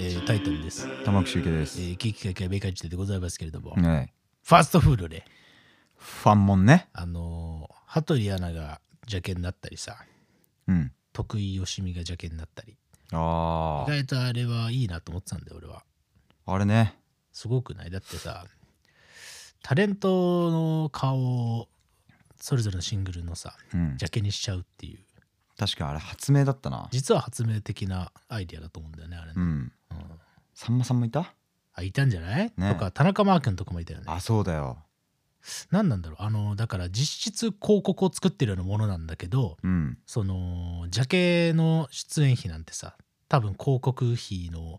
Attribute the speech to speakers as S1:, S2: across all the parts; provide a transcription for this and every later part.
S1: えータイトルです。
S2: 玉木周家で
S1: え
S2: す、
S1: ー、危機開会明快時代でございますけれども、フ
S2: はい
S1: ァーストフードで、
S2: ファンモンね
S1: あのー、羽鳥アナが邪険になったりさ、
S2: うん
S1: 徳井よしみが邪険になったり、
S2: あ
S1: 意外とあれはいいなと思ってたんだよ、俺は。
S2: ああれね
S1: すごくないだってさ、タレントの顔をそれぞれのシングルのさ、
S2: うん
S1: 邪険にしちゃうっていう、
S2: 確かあれ発明だったな
S1: 実は発明的なアイディアだと思うんだよね、あれね。
S2: うん
S1: うん
S2: さんまさんもいた
S1: あ、いたんじゃない、
S2: ね
S1: とか、田中マー君とかもいたよね。
S2: あそうだよ
S1: 何なんだろうあのだから実質広告を作ってるようなものなんだけど
S2: うん
S1: そのジャケの出演費なんてさ多分広告費の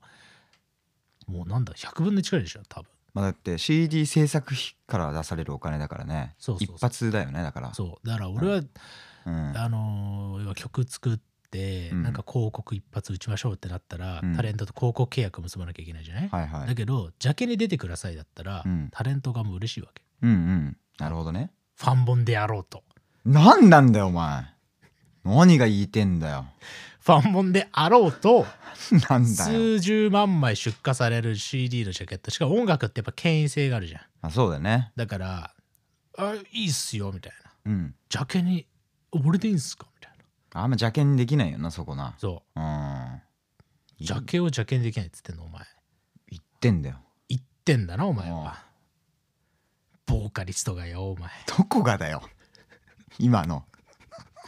S1: もうなんだ100分の1くらいでしょ多分
S2: まあだって CD 制作費から出されるお金だからね
S1: そうそうそう
S2: 一発だよねだから
S1: そうだから俺は、
S2: うん
S1: あの要は曲作って、
S2: うん
S1: なんか広告一発打ちましょうってなったら、
S2: うん
S1: タレントと広告契約結ばなきゃいけないじゃない、
S2: はいはい
S1: だけどジャケに出てくださいだったら、
S2: うん
S1: タレントがもう嬉しいわけ
S2: うんうんなるほどね
S1: ファンボンでやろうと
S2: 何なんだよお前何が言いてんだよ
S1: ファンボンであろうと
S2: なんだよ
S1: 数十万枚出荷される CD のジャケットしかも音楽ってやっぱ権威性があるじゃん
S2: あそうだよね
S1: だから「あいいっすよ」みたいな
S2: うん
S1: 「ジャケに俺でいいんすか?」みたいな
S2: あんま邪険にできないよなそこな
S1: そ
S2: うん
S1: う「ジャケをジャケにできない」っつってんのお前
S2: 言ってんだよ
S1: 言ってんだなお前
S2: うん
S1: はボーカリストがよお前
S2: どこがだよ今のお前もう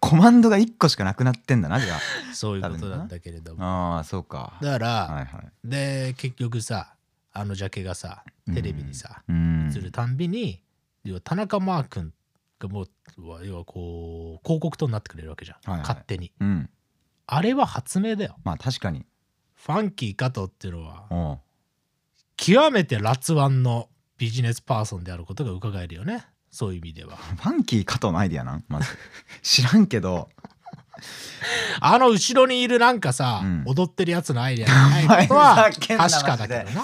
S2: コマンドが1個しかなくなってんだなじゃ
S1: そういうことなんだけれども
S2: あああそうか
S1: だから、
S2: はいはい
S1: で結局さあのジャケがさテレビにさ
S2: うん
S1: 映るたんびに要は田中マー君がもう要はこう広告塔になってくれるわけじゃん、
S2: はいはい
S1: 勝手に
S2: うん
S1: あれは発明だよ。
S2: まあ確かに
S1: ファンキー加藤っていうのは、
S2: おう
S1: 極めて辣腕のビジネスパーソンであることが伺えるよね。そういう意味では。
S2: ファンキー加藤のアイディアなんまず 知らんけど
S1: あの後ろにいるなんかさ、
S2: うん
S1: 踊ってるやつのアイデアじゃないこと
S2: お前
S1: は
S2: ふざけんな
S1: 確かだけどな。うん
S2: あ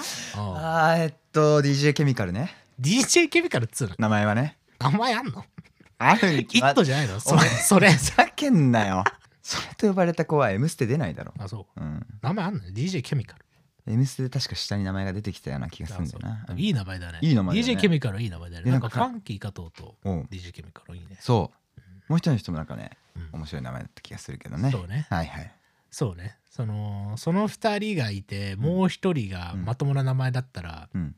S2: ーえっと DJ ケミカルね
S1: DJ ケミカルっつうの
S2: 名前はね
S1: 名前あんの
S2: あるに
S1: イ
S2: 決ま
S1: ッ
S2: っ
S1: トじゃないのそ
S2: お
S1: れ
S2: 前
S1: それ。
S2: ふざけんなよそれと呼ばれた子は「M ステ」出ないだろ
S1: あ、そう。
S2: うん
S1: 名前あんの ?DJ ケミカル。
S2: 「M ステ」で確か下に名前が出てきたような気がするんだよ
S1: あ
S2: な
S1: そう
S2: うん
S1: いい名前だね。
S2: いい名前だね
S1: DJ ケミカルいい名前だね。
S2: で
S1: な
S2: なんん
S1: か
S2: か
S1: ファンキー加藤と
S2: うん
S1: DJ ケミカルいいね。
S2: そうもう一人の人もなんかね、
S1: うん
S2: 面白い名前だった気がするけどね
S1: そうね
S2: はいはい
S1: そうねそのその2人がいてもう1人がまともな名前だったら、
S2: うん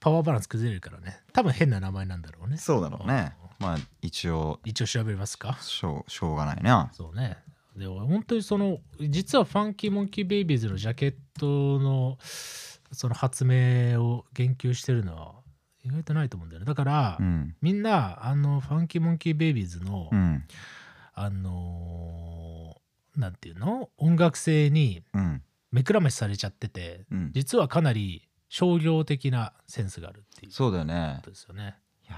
S1: パワーバランス崩れるからね多分変な名前なんだろうね
S2: そうだろうねまあ一応
S1: 一応調べますか
S2: しょうしょうがないな
S1: そうねでも本当にその実はファンキーモンキーベイビーズのジャケットのその発明を言及してるのは意外とないと思うんだよねだから、
S2: うん
S1: みんなあのファンキーモンキーベイビーズの、
S2: うん
S1: あのーなんていうの音楽性に
S2: うん
S1: 目くらましされちゃってて
S2: うん
S1: 実はかなり商業的なセンスがあるっていうこ
S2: そうだよね
S1: とですよね。
S2: いや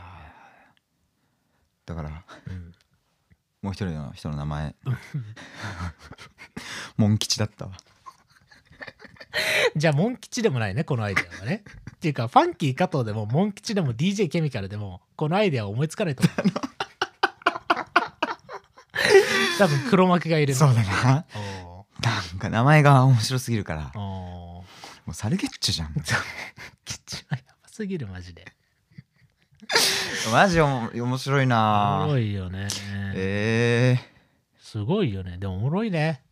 S2: ーだから
S1: うん、
S2: もう一人の人の名 前モン吉だったわ
S1: じゃあモン吉でもないねこのアイデアは ね。っていうかファンキー加藤でもモン吉でも DJ ケミカルでもこのアイデアは思いつかないと思う。多分黒幕がいるの
S2: そうだな
S1: お
S2: なんか名前が面白すぎるから
S1: ーおー
S2: もうサルゲッチュじゃん
S1: 吉はやばすぎるマジで。
S2: マジおも面白い
S1: お
S2: な
S1: もろいよね。
S2: え
S1: すごいよね。でもおもろいね。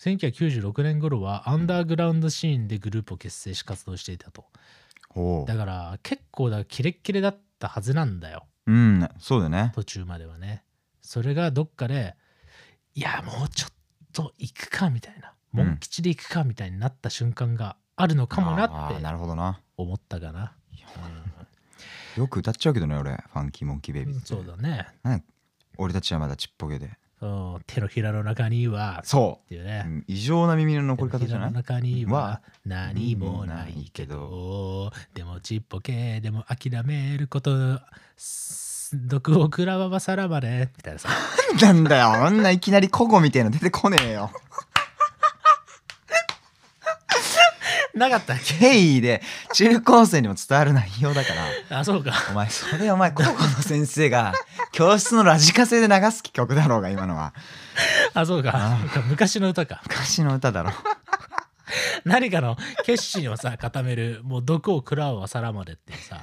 S1: 1996年頃はアンダーグラウンドシーンでグループを結成し活動していたと。
S2: ー、おう
S1: だから結構だキレッキレだったはずなんだよ
S2: うんそうだよね
S1: 途中まではねそれがどっかでいやもうちょっと行くかみたいな
S2: うん
S1: 門吉で行くかみたいになった瞬間があるのかもな
S2: あー
S1: って
S2: なるほどな
S1: 思ったかな、
S2: よく歌っちゃうけどね俺ファンキーモンキーベイ
S1: う
S2: ビ
S1: ん
S2: ー
S1: そうだね、
S2: 俺たちはまだちっぽけで
S1: うん、手のひらの中にはっ
S2: そ
S1: ていう
S2: う、
S1: ね、
S2: うん異常な耳の残り
S1: 手の
S2: 方
S1: ひ
S2: じ
S1: ら
S2: ゃ
S1: の
S2: ない
S1: 中には
S2: は
S1: 何もないけどでもちっぽけでも諦めることす毒を食らわばさらばれみたい なさ
S2: なんだよあんないきなり古語みたいなの出てこねえよ
S1: なかったっけ
S2: 敬意で中高生にも伝わる内容だから
S1: あそうか
S2: お前それお前高校の先生が教室のラジカセで流す曲だろうが今のは
S1: あそうか昔の歌か
S2: 昔の歌だろ
S1: 何かの決心をさ固めるもう毒を食らうは皿までっていう さ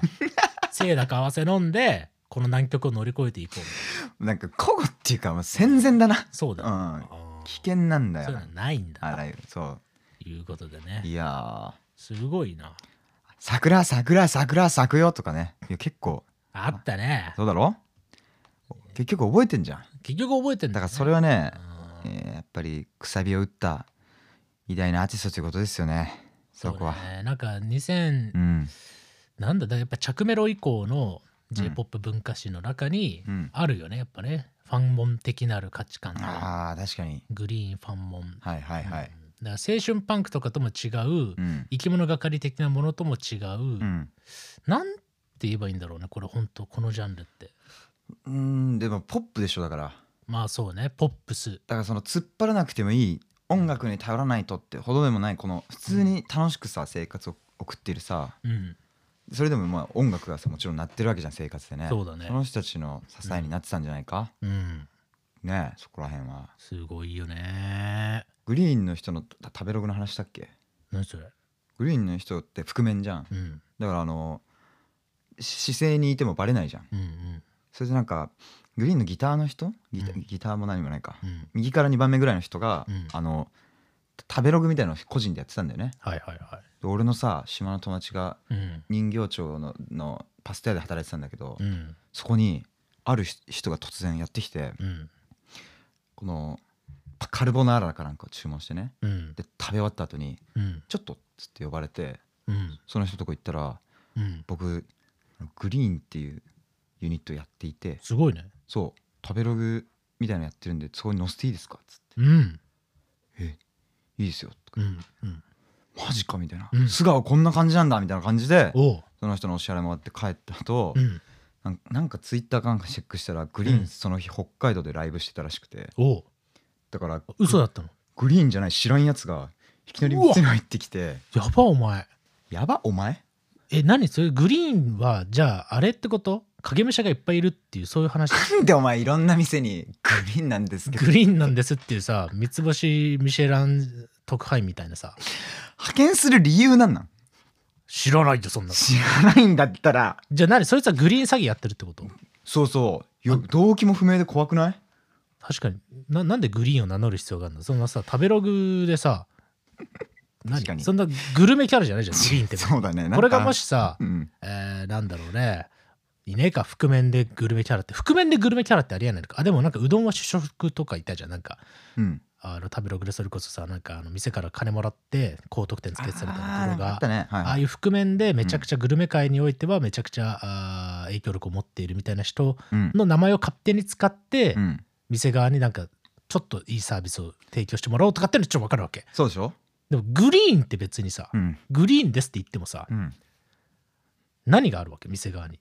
S1: せいだか合わせ飲んでこの難局を乗り越えていこう
S2: なんか古語っていうかもう戦前だな
S1: そうだ、
S2: うん
S1: あー
S2: 危険なんだ
S1: そう
S2: よ
S1: いうのはないんだ
S2: あらゆるそ
S1: ということで
S2: う
S1: ね
S2: いやー
S1: すごいな
S2: 桜桜桜咲くよとかねいや結構
S1: あったね
S2: そうだろ結局覚えてんじゃん
S1: 結局覚えてん
S2: だか
S1: だ、ね、
S2: らそれはね、
S1: う
S2: え
S1: ん
S2: ーやっぱりくさびを打った偉大なアーティストということですよねそこは
S1: うねなんか2000、
S2: うん
S1: なんだだからやっぱ着メロ以降の j p o p 文化史の中に
S2: うん
S1: あるよねやっぱねファンモン的なる価値観の
S2: あー確かに
S1: グリーンファンモン
S2: はいはいはい
S1: うんだから青春パンクとかとも違う、
S2: うん
S1: 生き物がかり的なものとも違う、
S2: うん、
S1: なんて言えばいいんだろうねこれ本当このジャンルって
S2: うん、でもポップでしょだからだ
S1: まあそうねポップス
S2: からその突っ張らなくてもいい音楽に頼らないとってほどでもないこの普通に楽しくさ生活を送ってるさ
S1: うん
S2: それでもまあ音楽がさもちろん鳴ってるわけじゃん生活でね
S1: そうだね
S2: その人たちの支えになってたんじゃないか、
S1: うん
S2: ねえそこら辺は
S1: すごいよね
S2: グリーンの人のた食べログの話したっけ
S1: 何それ
S2: グリーンの人って覆面じゃん
S1: うん
S2: だからあのし姿勢にいてもバレないじゃん
S1: うんうん
S2: それでなんかグリーンのギターの人ギタ,、
S1: うん
S2: ギターも何もないか、
S1: うん
S2: 右から2番目ぐらいの人が、
S1: うん
S2: あの食べログみたいなのを個人でやってたんだよね
S1: はいはいは
S2: で俺のさ島の友達が
S1: いうん
S2: 人形町ののパスタ屋で働いてたんだけど、
S1: うん
S2: そこにあるひ人が突然やってきて
S1: うん
S2: このパカルボナーラかなんかを注文してね
S1: うん
S2: で食べ終わった後に
S1: うん
S2: 「ちょっと」っつって呼ばれて
S1: うん
S2: その人のとこ行ったら
S1: うん
S2: 僕グリーンっていうユニットやっていて
S1: すごいね
S2: そう食べログみたいなのやってるんでそこに載せていいですかっつっ
S1: うん
S2: て「えいいですよ」
S1: う
S2: とか
S1: んうん
S2: 「マジか」みたいな、
S1: うん
S2: 素顔こんな感じなんだ」みたいな感じで
S1: おう
S2: その人のお支払いもらって帰った後、
S1: うん
S2: なんなんかツイッターかなんかチェックしたらグリー
S1: うん
S2: ンその日北海道でライブしてたらしくて
S1: おう
S2: だから
S1: 嘘だったの
S2: グリーンじゃない知らんやつがいきなり
S1: うわ
S2: 店に入ってきて
S1: やばお前
S2: 「やばお前
S1: え何それグリーンはじゃああれってこと影武者がいっぱいいるっていうそういう話
S2: なんでお前いろんな店にグリーンなんですけど
S1: グリーンなんですっていうさ三つ星ミシェラン特派員みたいなさ
S2: 派遣する理由なんなん
S1: 知らないよそんなの
S2: 知らないんだったら
S1: じゃあ何そいつはグリーン詐欺やってるってこと
S2: そうそうよ動機も不明で怖くない
S1: 確かにななんでグリーンを名乗る必要があるのそんなさ食べログでさ何
S2: 確かに
S1: そんなグルメキャラじゃないじゃんグリーンって
S2: そうだねなんか
S1: これがもしさ、
S2: うん
S1: えーなんだろうねいねえか覆面でグルメキャラって覆面でグルメキャラってありえないのかあでもなんかうどんは主食とかいたじゃんなんか
S2: うん
S1: あの食べログでそれこそさなんかあの店から金もらって高得点つけてたみたいなところ
S2: あーなんかあ
S1: が
S2: ったねはい
S1: ああ
S2: はい
S1: いう覆面でめちゃくちゃグルメ界においてはめちゃくちゃ、あー影響力を持っているみたいな人
S2: うん
S1: の名前を勝手に使って
S2: うん
S1: 店側になんかちょっといいサービスを提供してもらおうとかっていうのはちょっと分かるわけ
S2: そうでしょ
S1: でもグリーンって別にさ、
S2: うん
S1: グリーンですって言ってもさ
S2: うん
S1: 何があるわけ店側に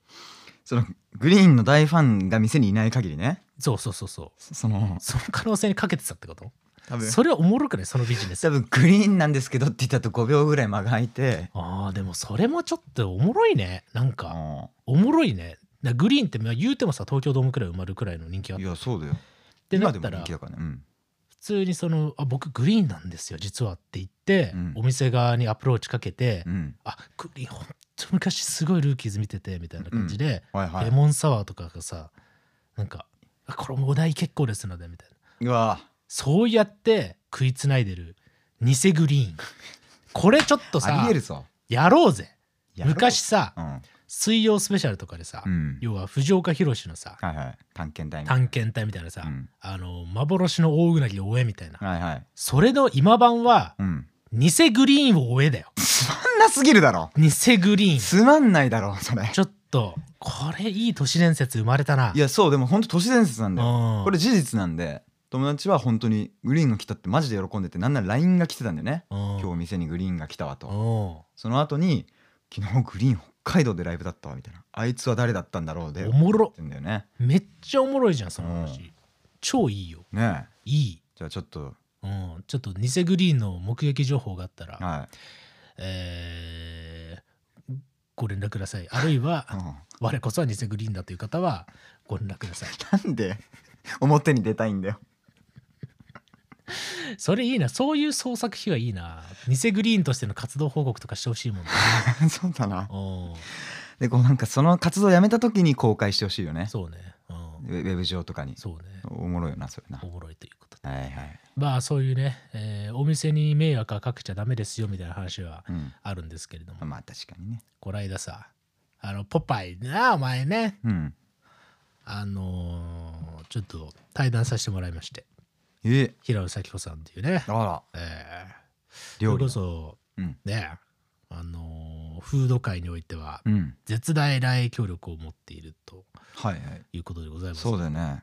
S2: そのグリーンの大ファンが店にいない限りね
S1: そうそうそうそう
S2: そその
S1: その可能性にかけてたってこと
S2: 多分
S1: それはおもろくないそのビジネス
S2: 多分グリーンなんですけどって言ったと5秒ぐらい間が空いて
S1: あーでもそれもちょっとおもろいねなんか、
S2: あ
S1: おもろいねだからグリーンってまあ言うてもさ東京ドームくらい埋まるくらいの人気あ
S2: あ
S1: っ
S2: いやそうだよ
S1: てな
S2: 今
S1: っ
S2: でも
S1: たら
S2: 人気だからねうん
S1: 普通にその「あ僕グリーンなんですよ実は」って言って、
S2: うん
S1: お店側にアプローチかけて「
S2: うん
S1: あグリーンほんと昔すごいルーキーズ見てて」みたいな感じで、
S2: はいは
S1: レ
S2: い
S1: モンサワーとかがさなんか「あこれもお題結構ですので」みたいな
S2: うわ
S1: そうやって食いつないでる偽グリーンこれちょっと
S2: あ
S1: さ
S2: りえるぞ
S1: やろうぜ
S2: やろう
S1: 昔さ
S2: うん
S1: 「水曜スペシャル」とかでさ、
S2: うん
S1: 要は藤岡弘のさ
S2: はいはい探検隊みたい
S1: 探検隊みたいなさ、
S2: なうん
S1: あの幻の大うなぎを追えみたいな、
S2: はいはい
S1: それの今版は
S2: うん
S1: 偽グリーンを追えだよ
S2: あんなすぎるだろ
S1: 偽グリーン
S2: つまんないだろそれ
S1: ちょっとこれいい都市伝説生まれたない
S2: やそうでも本当都市伝説なんだよ
S1: こ
S2: これ事実なんで友達は本当にグリーンが来たってマジで喜んでてなんなら LINE が来てたんだよね
S1: 今
S2: 今日店にグリーンが来たわと
S1: お
S2: その後に昨日グリーン北海道でライブだったわみたいなあいつは誰だったんだろうで
S1: もろ
S2: ってんだよね
S1: めっちゃおもろいじゃんその話、
S2: う
S1: 超いいよ
S2: ねえ
S1: いい、
S2: じゃあちょっと
S1: うん、ちょっと偽グリーンの目撃情報があったら、
S2: は
S1: えーご連絡くださいあるいは、
S2: う
S1: 我こそは偽グリーンだという方はご連絡ください
S2: ん、なんで 表に出たいんだよ
S1: それいいなそういう創作費はいいな偽グリーンとしての活動報告とかしてほしいもんね
S2: そうだな
S1: お
S2: でこうなんかその活動をやめた時に公開してほしいよね
S1: そうね、うん、
S2: ウェウェブ上とかに
S1: そうね
S2: おもろいよなそれな
S1: おもろいということで
S2: はいはい、
S1: まあそういうね、えーお店に迷惑はかけちゃダメですよみたいな話は
S2: うん、
S1: あるんですけれども、
S2: まあ確かにね
S1: こないださあのポパイなお前ね
S2: うん
S1: あのーちょっと対談させてもらいまして
S2: え
S1: 平野咲子さんっていうね
S2: あら
S1: えー
S2: 料
S1: それ
S2: 理
S1: こそ
S2: うん
S1: ねあのーフード界においては
S2: うん
S1: 絶大な影響力を持っていると
S2: はいはい
S1: いうことでございます
S2: そうだよね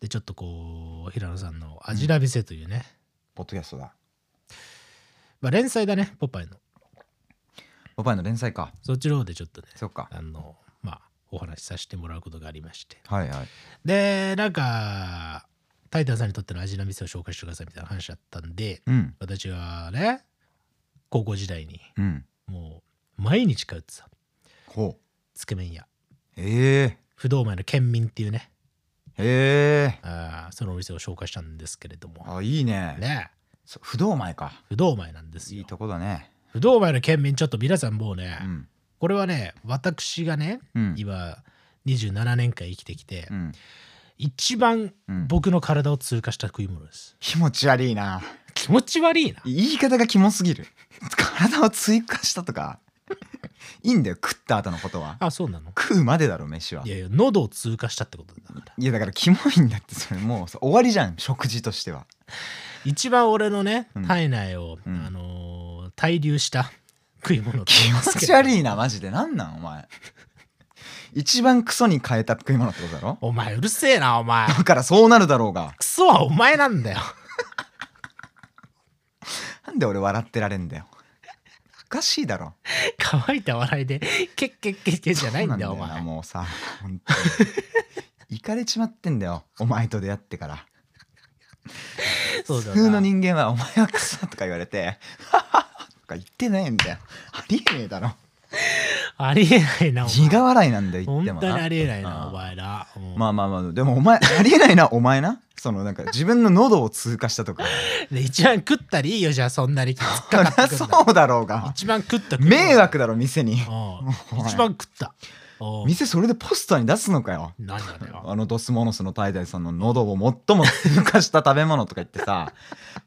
S1: でちょっとこう平野さんの「アジラビセ」というね、
S2: ポッドキャストだ
S1: まあ、連載だねポパイの
S2: ポパイの連載か
S1: そっちの方でちょっとね
S2: そっか
S1: あのまあお話しさせてもらうことがありまして
S2: はいはい
S1: でなんかタイタンさんにとっての味の店を紹介してくださいみたいな話だったんで
S2: うん
S1: 私はね高校時代に
S2: うん
S1: もう毎日通ってた
S2: ほう
S1: つけ麺屋
S2: え
S1: 不動前の県民っていうね
S2: えええ
S1: あーそのお店を紹介したんですけれども
S2: あいいね
S1: ね
S2: そ不動前か
S1: 不動前なんです
S2: いい
S1: よ
S2: とこだね
S1: 不動前の県民ちょっと皆さんもうね、
S2: うん
S1: これはね私がね
S2: うん
S1: 今27年間生きてきて、
S2: うん
S1: 一番
S2: うん
S1: 僕の体を通過した食い物です
S2: 気持ち悪いな
S1: 気持ち悪いな
S2: 言い方がキモすぎる体を追加したとかいいんだよ食った後のことは
S1: あそうなの
S2: 食うまでだろ飯はいい
S1: やいや喉を通過したってことだから
S2: やだからキモいんだってそれもうそう終わりじゃん食事としては
S1: 一番俺のね
S2: うん
S1: 体内を、
S2: うん
S1: あのー滞留した 食い物
S2: 気持ち悪いなマジでなんなんお前一番クソに変えた食い物ってことだろ
S1: お前うるせえなお前
S2: だからそうなるだろうが
S1: クソはお前なんだよ
S2: なんで俺笑ってられんだよおかしいだろ
S1: 乾いた笑いでケッケッケッケッじゃないんだよ
S2: そ
S1: お
S2: うな
S1: 前
S2: もうさ本当に行かれちまってんだよお前と出会ってから
S1: そうだ
S2: 普
S1: よな
S2: 通の人間は「お前はクソ」とか言われて「とか言ってないんだよありえねえだろ
S1: ありえないなお前
S2: 苦笑いなんだよ言
S1: 本
S2: って
S1: 当
S2: も
S1: にありえない
S2: あ
S1: な
S2: あ
S1: お前なもう
S2: まあまあまあでもお前ありえないなお前なそのなんか自分の喉を通過したとか
S1: で一番食ったらいいよじゃあそんなに突っ
S2: そり
S1: かか
S2: ゃ
S1: ってくんだ
S2: そうだろうが
S1: 一番食った食い物
S2: 迷惑だろ店に
S1: うん
S2: おい
S1: 一番食ったうん
S2: 店それでポスターに出すのかよ
S1: 何だよ
S2: あのドスモノスのタイダイさんの喉を最も通過した食べ物とか言って さ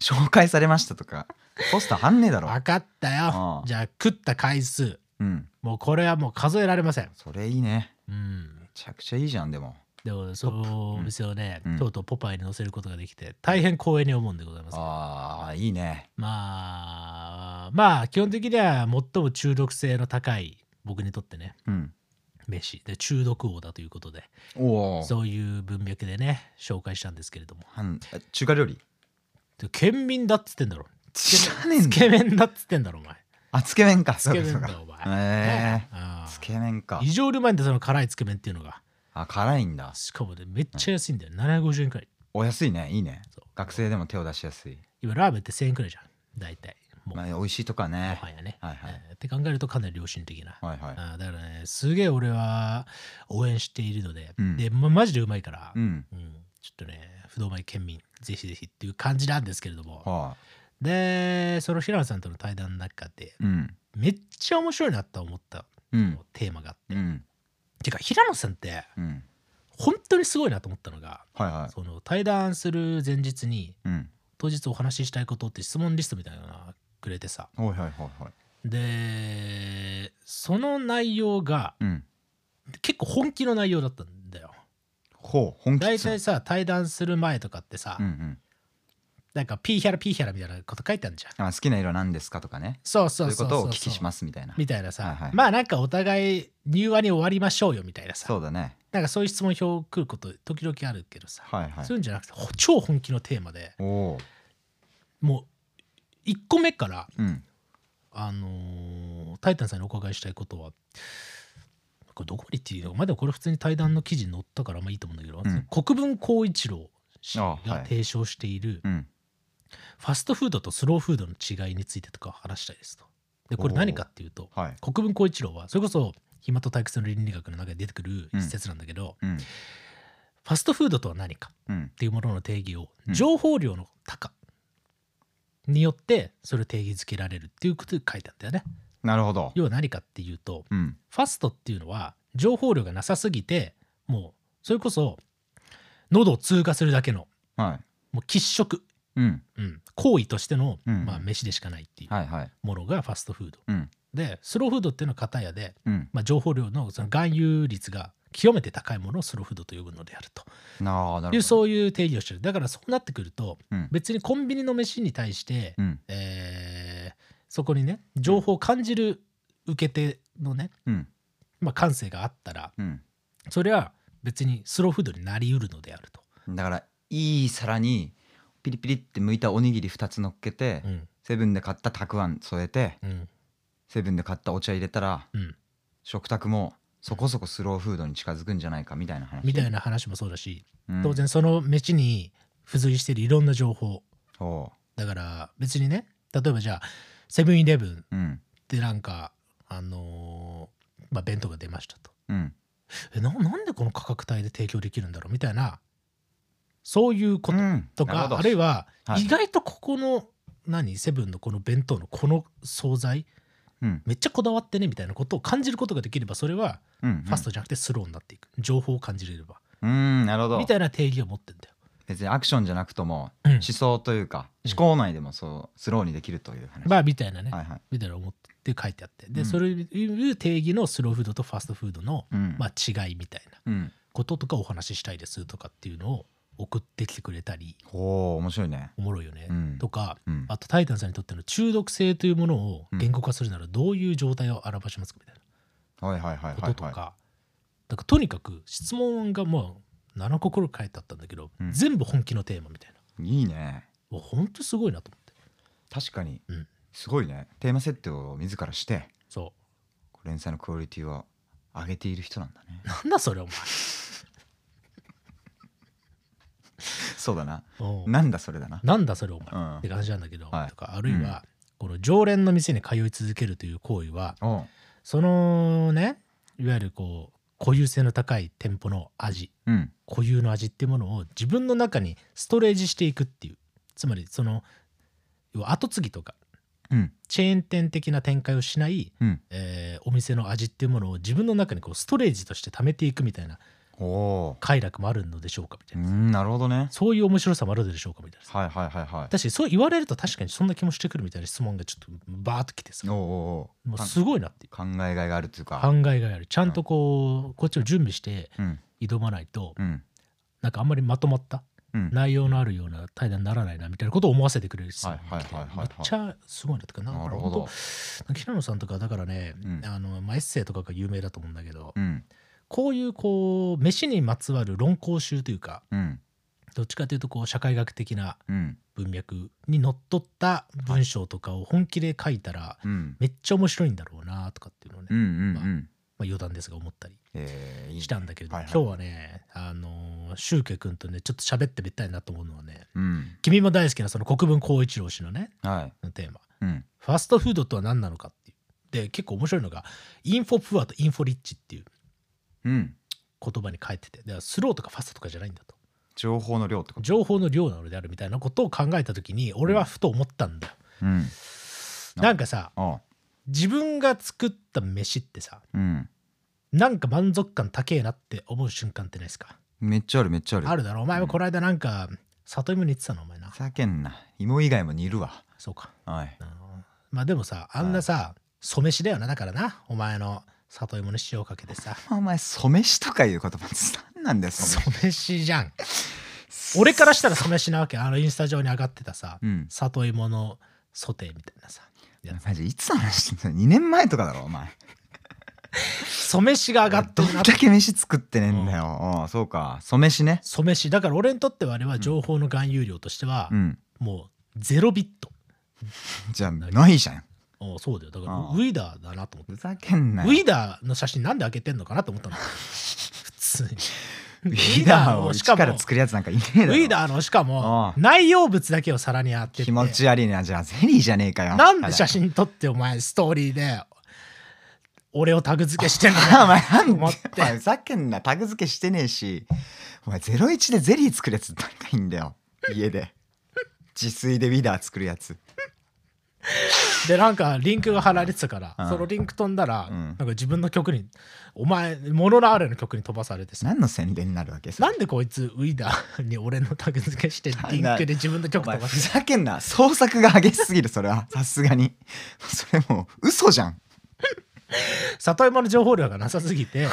S2: 紹介されましたとかポスター貼んねえだろ
S1: 分かった
S2: あ
S1: よ
S2: あ
S1: じゃあ食った回数
S2: うん
S1: もうこれはもう数えられません
S2: それいいね
S1: うん
S2: めちゃくちゃいいじゃんでも
S1: でもそのお店をね、
S2: うん
S1: とうとうポパイに載せることができて大変光栄に思うんでございます
S2: ああいいね
S1: まあまあ基本的には最も中毒性の高い僕にとってね
S2: うん
S1: 飯で中毒王だということで
S2: おお
S1: そういう文脈でね紹介したんですけれども
S2: 中華料理
S1: で県民だっつってんだろ
S2: 知らねえん
S1: つ
S2: だ
S1: け麺だっつってんだろお前
S2: あつけ麺か
S1: つけ麺
S2: そうか
S1: だ
S2: そう
S1: お前
S2: かへえ
S1: ああ
S2: つけ麺か
S1: 異常にうまいんだその辛いつけ麺っていうのが
S2: あ辛いんだ
S1: しかもねめっちゃ安いんだよ、750円くらい
S2: お安いねいいね
S1: そう
S2: 学生でも手を出しやすい
S1: 今ラーメンって1000円くらいじゃん大体もう、
S2: まあ美味しいとか
S1: ご
S2: ね
S1: 飯やね、
S2: はいはい
S1: えーって考えるとかなり良心的な、
S2: はいはい
S1: あーだからねすげえ俺は応援しているので、
S2: うん
S1: で、ま、マジでうまいから、
S2: うん
S1: うんちょっとね不動前県民ぜひぜひっていう感じなんですけれども
S2: はあ
S1: でその平野さんとの対談の中で
S2: うん
S1: めっちゃ面白いなと思った
S2: うん
S1: テーマがあって、
S2: うん
S1: てか平野さんって
S2: うん
S1: 本当にすごいなと思ったのが
S2: はいはい
S1: その対談する前日に
S2: うん
S1: 当日お話ししたいことって質問リストみたいなのがくれてさ
S2: はいはいはいはい
S1: でその内容が
S2: うん
S1: 結構本気の内容だったんだよ
S2: ほう本気
S1: 大
S2: そう
S1: 体さ対談する前とかってさ、
S2: うんうん
S1: なんかピーヒャラピーヒャラみたいなこと書いてあるじゃん
S2: あ好きな色なんですかとかね
S1: そう
S2: そ
S1: そうう
S2: いう
S1: そ
S2: こ
S1: う
S2: と
S1: そう
S2: をお聞きしますみたいな
S1: みたいなさ、
S2: はいはい
S1: まあなんかお互い入話に終わりましょうよみたいなさ
S2: そうだね
S1: なんかそういう質問表来ること時々あるけどさ、
S2: はいはい
S1: そういうんじゃなくてほ超本気のテーマで
S2: おおー
S1: もう1個目から
S2: うん
S1: あのータイタンさんにお伺いしたいことはこれどこまで言っていいのまあでもこれ普通に対談の記事に載ったからまあいいと思うんだけど、
S2: うん
S1: 国分光一郎氏
S2: あはい
S1: が提唱している
S2: うん
S1: ファストフードとスローフードの違いについてとか話したいですと。でこれ何かっていうと
S2: はい。
S1: 国分光一郎はそれこそ暇と退屈の倫理学の中で出てくる一節なんだけど、
S2: うん。
S1: ファストフードとは何か
S2: うん
S1: っ。ていうものの定義を
S2: うん
S1: 情報量の高によってそれを定義づけられるっていうことで書いたんだよね。
S2: なるほど。
S1: 要は何かっていうと
S2: うん。
S1: ファストっていうのは情報量がなさすぎてもうそれこそ喉を通過するだけの
S2: は
S1: もう喫食、
S2: い。うん。
S1: うん、行為としての、
S2: うん
S1: まあ、飯でしかないっていう
S2: はいはい。
S1: ものがファストフード。
S2: うん。
S1: でスローフードっていうのは片やで、
S2: うん。
S1: まあ、情報量のその含有率が極めて高いものをスローフードと呼ぶのであると
S2: なあなるほど。
S1: いうそういう定義をしてるだからそうなってくると
S2: うん。
S1: 別にコンビニの飯に対して、
S2: うん。
S1: えーそこにね情報を感じる受け手のね、
S2: うん。
S1: まあ、感性があったら
S2: うん。
S1: それは別にスローフードになりうるのであると。
S2: だからいい皿にピリピリって剥いたおにぎり2つ乗っけて、
S1: うん
S2: セブンで買ったたくあん添えて
S1: うん
S2: セブンで買ったお茶入れたら
S1: うん、
S2: 食卓もそこそこスローフードに近づくんじゃないかみたいな話
S1: みたいな話もそうだし
S2: うん
S1: 当然その飯に付随しているいろんな情報
S2: そ
S1: だから別にね例えばじゃあセブンイレブン
S2: ううん
S1: でなんかあのーまあ弁当が出ましたと
S2: うん
S1: えななんでこの価格帯で提供できるんだろうみたいなそういうこ
S2: う
S1: と
S2: ん
S1: とか、
S2: なるほど
S1: あるいは、
S2: はい
S1: 意外とここの何セブンのこの弁当のこの惣菜
S2: うん
S1: めっちゃこだわってねみたいなことを感じることができればそれは
S2: うん
S1: ファストじゃなくてスローになっていく、情報を感じれれば
S2: うんなるほど
S1: みたいな定義を持ってんだよ。
S2: 別にアクションじゃなくとも
S1: うん
S2: 思想というか
S1: うん
S2: 思考内でもそうスローにできるという話
S1: まあみたいなね、
S2: はいはい
S1: みたいな思って書いてあってで、
S2: うん
S1: それいう定義のスローフードとファストフードの、
S2: うん
S1: まあ、違いみたいな
S2: うん
S1: こととかお話ししたいですとかっていうのを送ってきてくれたり
S2: おお面白いね
S1: おもろいよね、
S2: うん
S1: とか
S2: うん
S1: あとタイタンさんにとっての中毒性というものを言語化するならどういう状態を表しますかみたい
S2: はいはいはい
S1: なこ
S2: は
S1: と
S2: い
S1: とか,、
S2: は
S1: だからとにかく質問がもう7個くらい書いてあったんだけど、
S2: うん
S1: 全部本気のテーマみたいない
S2: いいね
S1: もうほんとすごいなと思って
S2: 確かに
S1: うん
S2: すごいねテーマ設定を自らして
S1: そ
S2: 連載のクオリティを上げている人なんだね
S1: うなんだそれお前
S2: そうだな
S1: うん
S2: なんだそれだな
S1: なんだそれお前、
S2: うん
S1: って感じなんだけど、
S2: はい
S1: とかあるいは、この常連の店に通い続けるという行為は
S2: おう
S1: そのねいわゆるこう固有性の高い店舗の味
S2: うん
S1: 固有の味っていうものを自分の中にストレージしていくっていうつまりその要は後継ぎとか
S2: うん
S1: チェーン店的な展開をしない、
S2: うん
S1: えーお店の味っていうものを自分の中にこうストレージとして貯めていくみたいな
S2: おお
S1: 快楽もあるのでしょうかみた
S2: う
S1: いな、
S2: んなるほどね
S1: そういう面白さもあるのでしょうかみたいな
S2: はいはいはいは
S1: 確
S2: い
S1: かにそう言われると確かにそんな気もしてくるみたいな質問がちょっとバーッときてさ
S2: おう
S1: も
S2: おうおう
S1: う
S2: かん
S1: すごいなっていう
S2: 考えがいがあるというか
S1: 考えがあるちゃんとこうこっちを準備して
S2: うん
S1: 挑まないと
S2: うん
S1: なんかあんまりまとまった
S2: うん
S1: 内容のあるような対談にならないなみたいなことを思わせてくれる質問
S2: はいはいはいはいはい
S1: めっちゃすごいなとかなんか
S2: なる
S1: ほ
S2: ほ
S1: んと
S2: ど
S1: 平野さんとかだからね、
S2: うん
S1: あのまあエッセイとかが有名だと思うんだけど、
S2: うん
S1: こういうこう飯にまつわる論考集というか
S2: うん
S1: どっちかというとこう社会学的な
S2: うん
S1: 文脈にのっとった文章とかを本気で書いたら
S2: うん
S1: めっちゃ面白いんだろうなとかっていうのをね、
S2: うんう
S1: ま
S2: ん
S1: まあ
S2: うん
S1: あ、余談ですが思ったり
S2: えーいいね
S1: したんだけれども、
S2: はいはい
S1: 今日はねあのー、シュウケ君とねちょっと喋ってみたいなと思うのはね
S2: うん
S1: 君も大好きなその国分光一郎氏のね
S2: はい
S1: テーマ
S2: うん
S1: ファストフードとは何なのかっていうで結構面白いのがインフォプアとインフォリッチっていう
S2: うん
S1: 言葉に書いててでスローとかファストとかじゃないんだと
S2: 情報の量ってこと
S1: 情報の量なのであるみたいなことを考えた時に俺はふと思ったんだよ、
S2: うんうん
S1: なんかさ
S2: おう
S1: 自分が作った飯ってさ
S2: うん
S1: なんか満足感高えなって思う瞬間ってないですか
S2: めっちゃあるめっちゃある
S1: あるだろお前はこの間なんか里芋に言ってたのお前な
S2: ふざけんな芋以外も煮るわ
S1: そうか
S2: はい
S1: あのまあでもさあんなさ、染めしだよなだからなお前の里芋に塩かけてさ
S2: お前染めしとかいう言葉何なんだよそ
S1: 染めしじゃん俺からしたら染めしなわけあのインスタ上に上がってたさ、
S2: れうん
S1: 里芋のソテーみたいなさやつ
S2: マジいつの話してんの2年前とかだろお前
S1: 染めしが上がって
S2: ど
S1: る
S2: ん
S1: な
S2: だけ飯作ってねえんだようんそうか染めしね
S1: 染めしだから俺にとってはあれは情報の含有量としては、
S2: うん
S1: もうゼロビット
S2: じゃあないじゃん
S1: おうそうだよだから
S2: ああ
S1: ウィダーだなと思って
S2: ふざけんな
S1: ウィ
S2: よ
S1: ダーの写真なんで開けてんのかなと思ったの普通に
S2: ウ
S1: ウ
S2: ィダーを
S1: し
S2: 一
S1: か
S2: か
S1: も
S2: ら
S1: ウ
S2: 作るやつなんかいねえだろ
S1: ィダーのしかも
S2: う
S1: 内容物だけを皿にあってて
S2: 気持ち悪いなじゃあゼリーじゃねえかよ
S1: なんで写
S2: 真
S1: 真撮ってお前ストーリーで俺をタグ付けしてんのか
S2: お前なんで
S1: 思って
S2: お前ふざけんなタグ付けしてねえしお前ゼロ一でゼリー作るやつ高いんだよ家で自炊でウィダー作るやつ
S1: でなんかリンクが貼られてたから、
S2: うん
S1: そのリンク飛んだら、
S2: うん
S1: なんか自分の曲にお前モノラーレの曲に飛ばされてさ
S2: 何の宣伝になるわけ
S1: なんでこいつウィダーに俺のタグ付けしてリンクで自分の曲
S2: お前
S1: 飛ば
S2: ふ
S1: して
S2: ざけんな創作が激しすぎるそ れはさすがにそれもう嘘じゃん
S1: 里芋の情報量がなさすぎて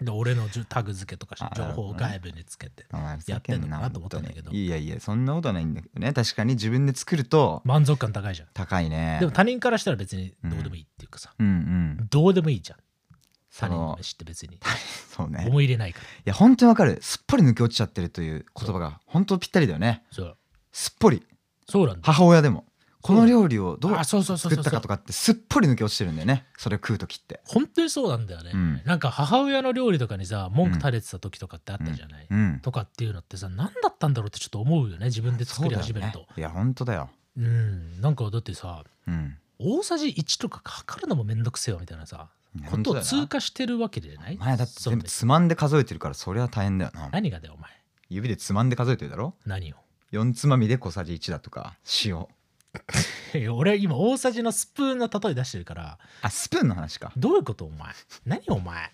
S1: で俺のじゅタグ付けとかし
S2: あ
S1: 情報を
S2: な
S1: 外部につけて
S2: お前ふざけ
S1: やっ
S2: んな
S1: てんのかなと思ったんだけど
S2: 本当にいやいやそんなことはないんだけどね確かに自分で作ると
S1: 満足感高いじゃん
S2: 高いね
S1: でも他人からしたら別にどうでもいいっていうかさ、
S2: うんうん
S1: どうでもいいじゃん
S2: そ
S1: 他人の
S2: の
S1: 飯って別に
S2: そうね
S1: 思い入れないから
S2: いや本当にわかるすっぽり抜け落ちちゃってるという言葉が本当ぴったりだよね
S1: そう
S2: すっぽり
S1: そうなんだ
S2: 母親でもこの料理をどう
S1: あそうそうそう
S2: 作
S1: そ
S2: っ
S1: う
S2: たかとかってすっぽり抜け落ちてるんだよねそれを食う時って
S1: 本当にそうなんだよね、
S2: うん
S1: なんか母親の料理とかにさ文句垂れてた時とかってあったじゃない、
S2: うん
S1: とかっていうのってさ何だったんだろうってちょっと思うよね自分で作り始める
S2: そ
S1: と
S2: うだよねいや本当だよ
S1: うんなんかだってさ
S2: うん
S1: 大さじ1とかかかるのもめんどくせえよみたいなさこ
S2: 本
S1: とを
S2: 当だよな
S1: 通過してるわけじゃない
S2: お前だって
S1: そ
S2: 全
S1: ん
S2: 部
S1: で
S2: つまんで数えてるからそれは大変だよな
S1: 何がだよお前
S2: 指でつまんで数えてるだろ
S1: 何を
S2: 4つまみで小さじ1だとか塩
S1: いや俺今大さじのスプーンの例え出してるから
S2: あスプーンの話か
S1: どういうことお前何お前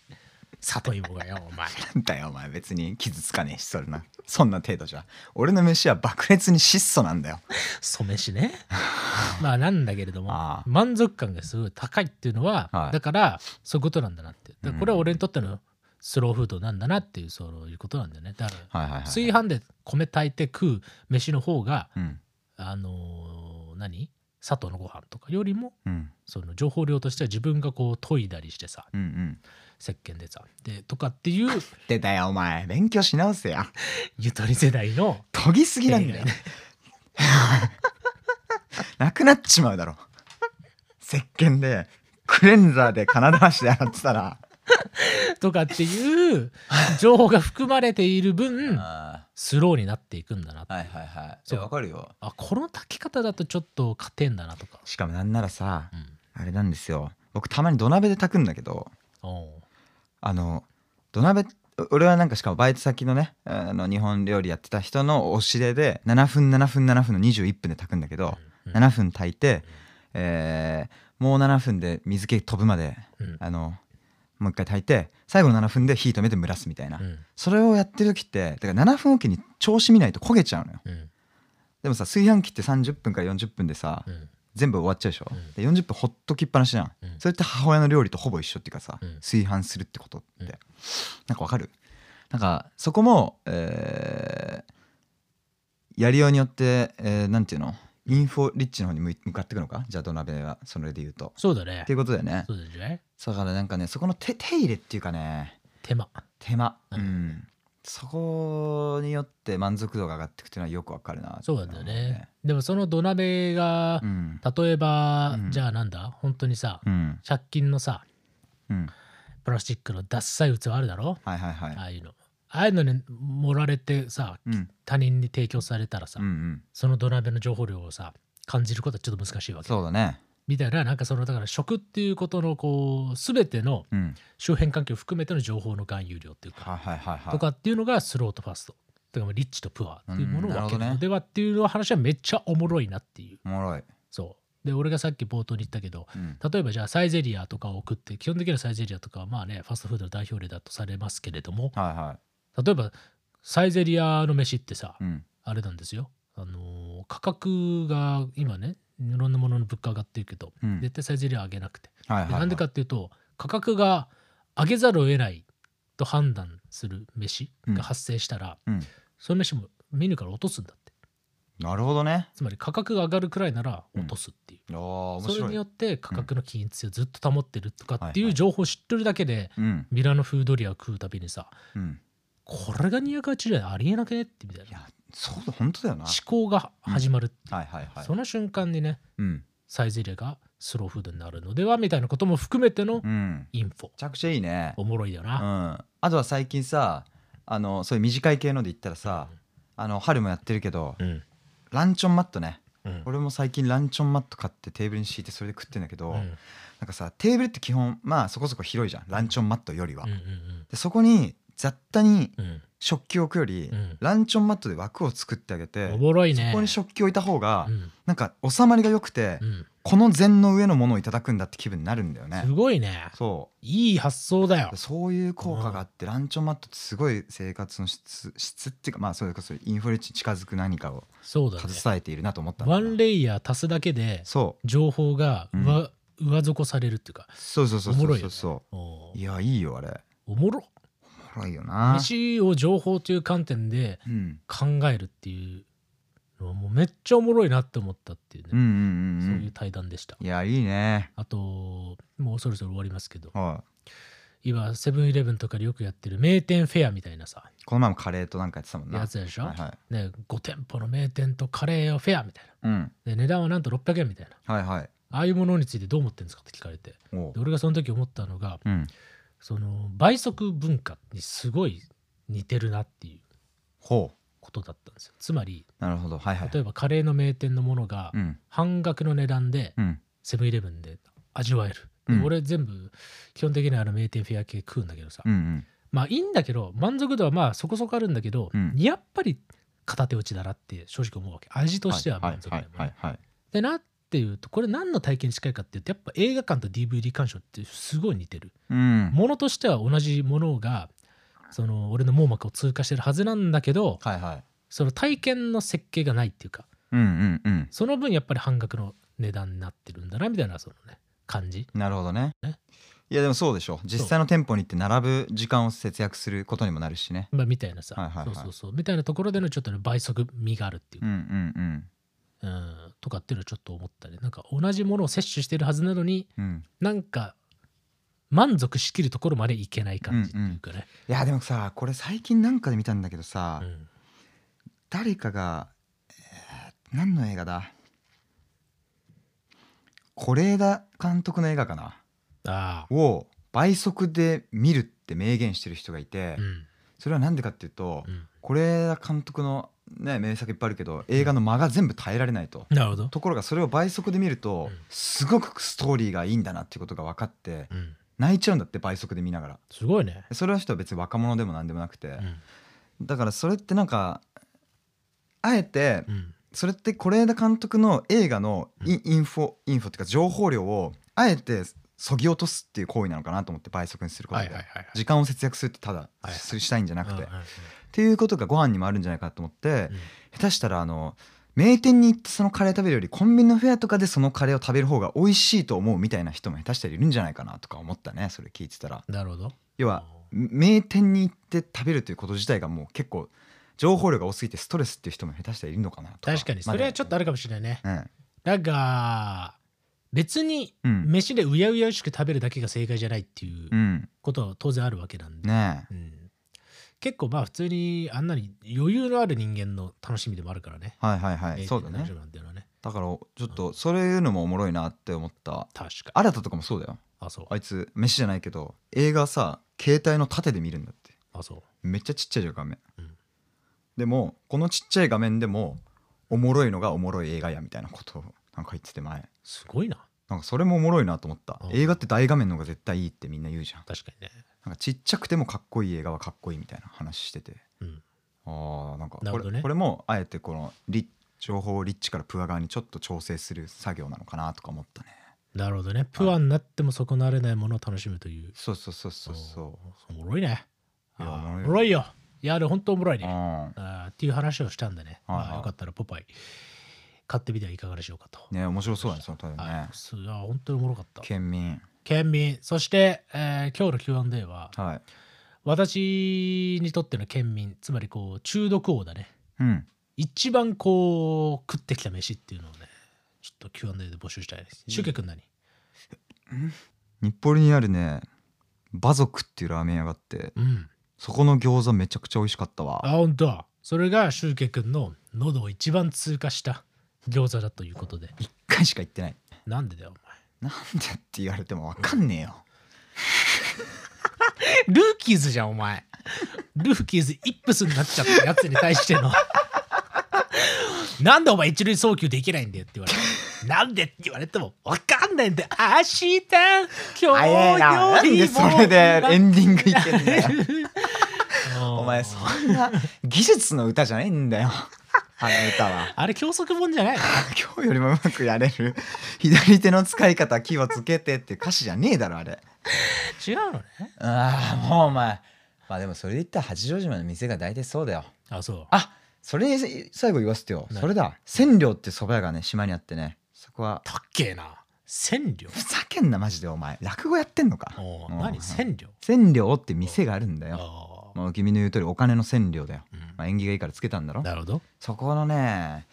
S1: 里芋がよお前
S2: なんだよお前別に傷つかねえしそれなそんな程度じゃ俺の飯は爆裂に質素なんだよ
S1: 染めしね まあなんだけれども
S2: ああ
S1: 満足感がすごい高いっていうのは、
S2: はい
S1: だからそういうことなんだなってだからこれは
S2: うん
S1: 俺にとってのスローフードなんだなっていうそういうことなんだよねだから
S2: はいはいはい
S1: 炊飯で米炊いて食う飯の方が
S2: うん
S1: あのー何砂糖のご飯とかよりも
S2: うん
S1: その情報量としては自分がこう研いだりしてさ
S2: うんうん
S1: 石鹸でさでとかっていう
S2: でだよお前勉強し直せや
S1: ゆとり世代の
S2: 研ぎすぎなんだよ なくなっちまうだろ石鹸でクレンザーで金出しで洗ってたら
S1: とかっていう情報が含まれている分
S2: あ
S1: スローになっていくんだなって
S2: はいはいはい
S1: そうわ
S2: かるよ
S1: あこの炊き方だとちょっと勝てんだなとか、
S2: しかもなんならさ
S1: うん、
S2: あれなんですよ僕たまに土鍋で炊くんだけど
S1: おう
S2: あの土鍋お俺はなんかしかもバイト先のねあの日本料理やってた人のお指令で7分7分7分の21分で炊くんだけど、
S1: うん
S2: 7分炊いて、えーもう7分で水気飛ぶまで
S1: うん
S2: あのもう一回炊いて最後の7分で火止めて蒸らすみたいな、
S1: うん
S2: それをやってる時ってだから7分おきに調子見ないと焦げちゃうのよ
S1: うん
S2: でもさ炊飯器って30分から40分でさ、
S1: うん
S2: 全部終わっちゃうでしょ、
S1: うん
S2: で40分ほっときっぱなしじゃん、
S1: うん
S2: それって母親の料理とほぼ一緒っていうかさ、
S1: うん
S2: 炊飯するってことっ
S1: う
S2: て、
S1: ん
S2: なんかわかるなんかそこも、えーやりようによって、えーなんていうのインフォリッチの方に向い向かっていくのかじゃあ土鍋はそれで言うと
S1: そうだね
S2: っていうことだよね
S1: そうだね
S2: だからなんかねそこの手手入れっていうかね
S1: 手間
S2: 手間、
S1: う
S2: うんんそこによって満足度が上がっていくっていうのはよくわかるなって
S1: そうなんだよねでもその土鍋が
S2: う、ん
S1: 例えば、
S2: うん
S1: じゃあなんだ本当にさ、
S2: うん
S1: 100均のさ
S2: うん
S1: プラスチックのダッサい器あるだろ
S2: はいはいはい、
S1: ああいうのああいうのに盛られてさ
S2: うん
S1: 他人に提供されたらさ、
S2: うんうん
S1: その土鍋の情報量をさ感じることはちょっと難しいわけ
S2: そうだね
S1: みたいななんかそのだから食っていうことのこう全ての
S2: うん
S1: 周辺環境を含めての情報の含有量っていうか
S2: はいはいはいはい
S1: とかっていうのがスローとファストとかまあリッチとプアっていうものを
S2: うん
S1: 分
S2: なるほ
S1: け
S2: ど
S1: る
S2: ね
S1: のではっていうのは話はめっちゃおもろいなっていう
S2: おもろい、
S1: そうで俺がさっき冒頭に言ったけど
S2: うん
S1: 例えばじゃあサイゼリアとかを送って基本的にはサイゼリアとかはまあねファストフードの代表例だとされますけれども
S2: はいは
S1: 例えばサイゼリアの飯ってさ
S2: いうん
S1: あれなんですよあのー価格が今ねいろんなものの物価上がってるけど
S2: うん
S1: 絶対サイゼリアは上げなくて
S2: はいはい
S1: で
S2: はい
S1: なんでかっていうと価格が上げざるを得ないと判断する飯が発生したら、
S2: うん
S1: その飯もメニューから落とすんだって
S2: なるほどね
S1: つまり価格が上がるくらいなら落とすっていう、
S2: あー面
S1: それ
S2: 白
S1: に
S2: い
S1: よって価格の均一性をずっと保ってるとかってい
S2: はいうはい
S1: 情報を知ってるだけで、
S2: うん
S1: ミラノフードリア食うたびにさ
S2: うん
S1: これが280円ありえなくねってみたい
S2: い
S1: な
S2: やそうだ本当だよな
S1: 思考が始まるっていう
S2: はいはいはい
S1: その瞬間にね
S2: うん
S1: サイゼリアがスローフードになるのではみたいなことも含めての
S2: うんめ
S1: インフォ
S2: ちゃくちゃいいね
S1: おもろいよ
S2: う
S1: な、
S2: んあとは最近さあのそういう短い系ので言ったらさあの春もやってるけど
S1: うん
S2: ランチョンマットね
S1: うん
S2: 俺も最近ランチョンマット買ってテーブルに敷いてそれで食ってんだけど、
S1: うん
S2: なんかさテーブルって基本まあそこそこ広いじゃんランチョンマットよりは、
S1: うん
S2: でそこに雑多に
S1: うんうん
S2: 食器を置くより、
S1: うん
S2: ランチョンマットで枠を作ってあげて、
S1: おもろい
S2: そ
S1: ね
S2: こに食器を置いた方が、
S1: うん
S2: なんか収まりが良くて、
S1: うん
S2: この膳の上のものをいただくんだって気分になるんだよね
S1: すごいね
S2: そ
S1: いい発想だよ
S2: うそういう効果があってランチョンマットってすごい生活の質質っていうかまあそれこそインフレに近づく何かを
S1: そうだね
S2: 携えているなと思ったんだ
S1: ワ
S2: な
S1: ンレイヤー足すだけで
S2: そう
S1: 情報が上,、上底されるっていうか
S2: そうそうそう
S1: おも
S2: そ
S1: ろ
S2: う
S1: いよ
S2: そう
S1: ね
S2: そ
S1: お
S2: ういやいいよあれ
S1: おもろ
S2: おもろいよな
S1: 飯を情報という観点で
S2: うん
S1: 考えるっていうのはもうめっちゃおもろいなって思ったっていうね、
S2: うんうんうん
S1: そうういうん対談でした
S2: いやいいね
S1: あともうそろそろ終わりますけど
S2: は
S1: 今セブンイレブンとかでよくやってる名店フェアみたいなさ
S2: いこの前もカレーとなんかやってたもんな
S1: やつでしょ、
S2: はいはい
S1: ね、5店舗の名店とカレーをフェアみたい
S2: うん
S1: なで値段はなんと600円みたいな
S2: はいはい
S1: ああいうものについてどう思ってるんですかって聞かれて
S2: おう
S1: で俺がその時思ったのが
S2: うん
S1: その倍速文化にすごい似てるなっていう
S2: ほう
S1: ことだったんですよつまり
S2: なるほどはいはい
S1: 例えばカレーの名店のものが
S2: うん
S1: 半額の値段で
S2: うん
S1: セブンイレブンで味わえる、
S2: うん
S1: で俺全部基本的にはあの名店フェア系食うんだけどさ、
S2: うんうん
S1: まあいいんだけど満足度はまあそこそこあるんだけど、
S2: うん
S1: やっぱり片手落ちだなって正直思うわけ味としては満足だよ
S2: はいはい
S1: ね。
S2: はいはい
S1: でなっていうとこれ何の体験に近いかっていうとやっぱ映画館と DVD 鑑賞ってすごい似てる。
S2: うん
S1: ものとしては同じものがその俺の網膜を通過してるはずなんだけど
S2: はいはい
S1: その体験の設計がないっていうか
S2: うんうんうん
S1: その分やっぱり半額の値段になってるんだなみたいなそのね感じ
S2: なるほどね
S1: ね
S2: いやでもそうでしょ実際の店舗に行って並ぶ時間を節約することにもなるしね
S1: まあ、みたいなさ、
S2: はいはいはい
S1: そうそうそうみたいなところでのちょっとね倍速味があるっていうか、
S2: うんうん
S1: うん、とかっていうのはちょっと思ったねなんか同じものを摂取してるはずなのに
S2: うんうん
S1: なんか満足しきるところまでいけない感じっていうかね、
S2: いやでもさこれ最近なんかで見たんだけどさ、
S1: うん
S2: 誰かが、えー何の映画だ是枝監督の映画かな
S1: ああ
S2: を倍速で見るって明言してる人がいて、
S1: うん
S2: それは何でかっていうと
S1: うん
S2: 是枝監督の、ね、名作いっぱいあるけど映画の間が全部耐えられないと。
S1: なるほど、
S2: ところがそれを倍速で見ると
S1: うん
S2: すごくストーリーがいいんだなっていうことが分かって
S1: うん、
S2: 泣いちゃうんだって倍速で見ながら
S1: すごいね、
S2: それは人は別に若者でも何でもなくて
S1: うん
S2: だからそれってなんかあえて
S1: うん
S2: それって是枝監督の映画のインインフォインフォっていうか情報量をあえてそぎ落とすっていう行為なのかなと思って倍速にすること
S1: はい
S2: で
S1: はいはいはい
S2: 時間を節約するってただ
S1: はい
S2: するしたいんじゃなくて
S1: うんうんうん
S2: っていうことがご飯にもあるんじゃないかなと思って
S1: うん
S2: 下手したらあの名店に行ってそのカレー食べるよりコンビニのフェアとかでそのカレーを食べる方が美味しいと思うみたいな人も下手したらいるんじゃないかなとか思ったねそれ聞いてたら
S1: なるほど
S2: 要は名店に行って食べるということ自体がもう結構情報量が多すぎてストレスっていう人も下手したらいるのかなとか
S1: 確かにそれはちょっとあるかもしれないね
S2: まだ
S1: なんか別に
S2: うんうん
S1: 飯でうやうやうしく食べるだけが正解じゃないっていう
S2: う
S1: うんことは当然あるわけなんで、
S2: ねえ
S1: うん結構まあ普通にあんなに余裕のある人間の楽しみでもあるからね。
S2: はいはいはいそうだ
S1: 大
S2: ね
S1: 丈夫なんだよね。
S2: だからちょっとそういうのもおもろいなって思った
S1: 確か。
S2: 新たとかもそうだよ
S1: あ、そう。
S2: あいつ飯じゃないけど映画さ携帯の縦で見るんだって
S1: あ、そう。
S2: めっちゃちっちゃいじゃん画面、
S1: うん
S2: でもこのちっちゃい画面でもおもろいのがおもろい映画やみたいなことをなんか言ってて前
S1: すごいな。
S2: なんかそれもおもろいなと思った、
S1: うん
S2: 映画って大画面の方が絶対いいってみんな言うじゃん
S1: 確かにね。
S2: なんかちっちゃくてもかっこいい映画はかっこいいみたいな話してて
S1: うん。
S2: あーなんか
S1: なるほ
S2: こ
S1: ど
S2: れ,、
S1: ね
S2: これもあえてこのリ情報をリッチからプア側にちょっと調整する作業なのかなとか思ったね
S1: なるほどね。プアになっても損なわれないものを楽しむという。
S2: そうそうそうそうそ
S1: おもろいね。
S2: いや
S1: あ
S2: おもろい、
S1: おもろいよ。いや、あれ本当おもろいう
S2: う
S1: ね。
S2: ん、
S1: あーっていう話をしたんでね。
S2: はいはい
S1: まあよかったらポパイ買ってみてはいかがでしょうかと。
S2: ね面白そうだねそのタイ
S1: は
S2: ね
S1: い。すいや、本当におもろかった。
S2: 県民
S1: 県民。そして、えー今日の Q&A は、
S2: はい
S1: 私にとっての県民つまりこう中毒王だね
S2: うん
S1: 一番こう食ってきた飯っていうのをねちょっと Q&A で募集したいですシュウケ君何
S2: 日暮里にあるね馬族っていうラーメン屋があって
S1: うん
S2: そこの餃子めちゃくちゃ美味しかったわ
S1: あ本当それがシュウケ君の喉を一番通過した餃子だということで
S2: 一回しか行ってない
S1: なんでだよ
S2: なんでって言われても分かんねえよ
S1: お前ルーキーズじゃんお前ルーキーズイップスになっちゃったやつに対してのなんでお前一塁送球できないんだよって言われてなんでって言われても分かんないんだよ明日
S2: 早いな
S1: 今
S2: な
S1: 日
S2: ん
S1: よ
S2: で
S1: り
S2: そ
S1: も
S2: れ でエンディングいけんだよ
S1: お
S2: お前そんな技術の歌じゃないん だよあの歌 は
S1: あれ教則本じゃないの
S2: 今日よりもうまくやれる左手の使い方気をつけてって歌詞じゃねえだろあれ
S1: 違うのね
S2: ああもうお前まあでもそれで言ったら八丈島の店が大体そうだよ
S1: あそう
S2: あそれに最後言わせてよ
S1: 何
S2: それだ千両って蕎麦屋がね島にあってねそこは
S1: たっけえな千両
S2: ふざけんなマジでお前落語やってんのか
S1: おう
S2: うん
S1: 何千両
S2: 千両って店があるんだよ
S1: ああ
S2: もう君の言う通りお金の千両だよ、
S1: うん
S2: まあ、縁起がいいからつけたんだろ
S1: なるほど
S2: そこのね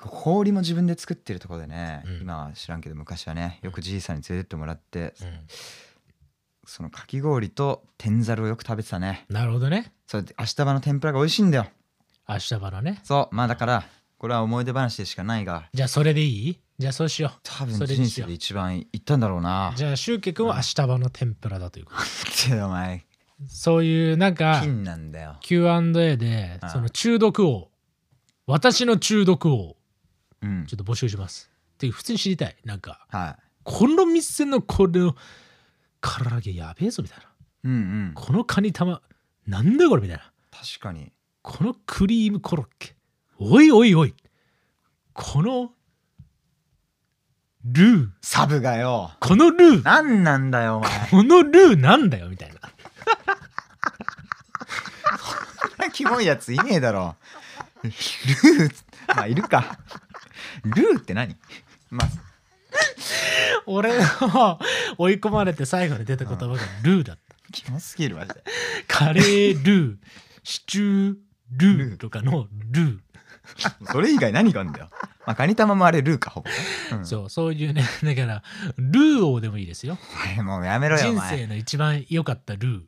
S2: 氷も自分で作ってるところでね、
S1: うん
S2: 今は知らんけど昔はねよくじいさんに連れてってもらって、
S1: うん
S2: そのかき氷と天ざるをよく食べてたね
S1: なるほどね
S2: それで明日場の天ぷらが美味しいんだよ
S1: 明日バナね
S2: そうまあだからこれは思い出話でしかないが
S1: じゃあそれでいいじゃあそうしよう
S2: 多
S1: そ
S2: 分
S1: れに
S2: 人
S1: し
S2: 生
S1: よう
S2: で一番行ったんだろうな
S1: じゃあ周く君は明日場の天ぷらだということ
S2: ってお前
S1: そういうなんか
S2: 金なんだよ
S1: Q&A で
S2: うん
S1: その中毒王私の中毒王
S2: うん
S1: ちょっと募集しますっていう普通に知りたいなんか
S2: は
S1: この店のこれの唐揚げやべえぞみたいない
S2: うんうん
S1: このカニ玉なんだよこれみたいな
S2: 確かに
S1: このクリームコロッケおいおいおいこのルー
S2: サブがよ
S1: このルー
S2: 何なんだよお前
S1: このルーなんだよみたいな
S2: キモいやついねえだろルーまあいるかルーって何まあ
S1: 俺の追い込まれて最後に出た言葉がルーだった
S2: キモすぎるマジで
S1: カレールーシチュールーとかのル
S2: それ以外何があるんだよまあカニ玉もあれルーかほぼ、う
S1: ー
S2: ん、
S1: そうそういうね だからルー王でもいいですよ
S2: お前もうやめろよお
S1: 人
S2: 前
S1: 生の一番良かったルー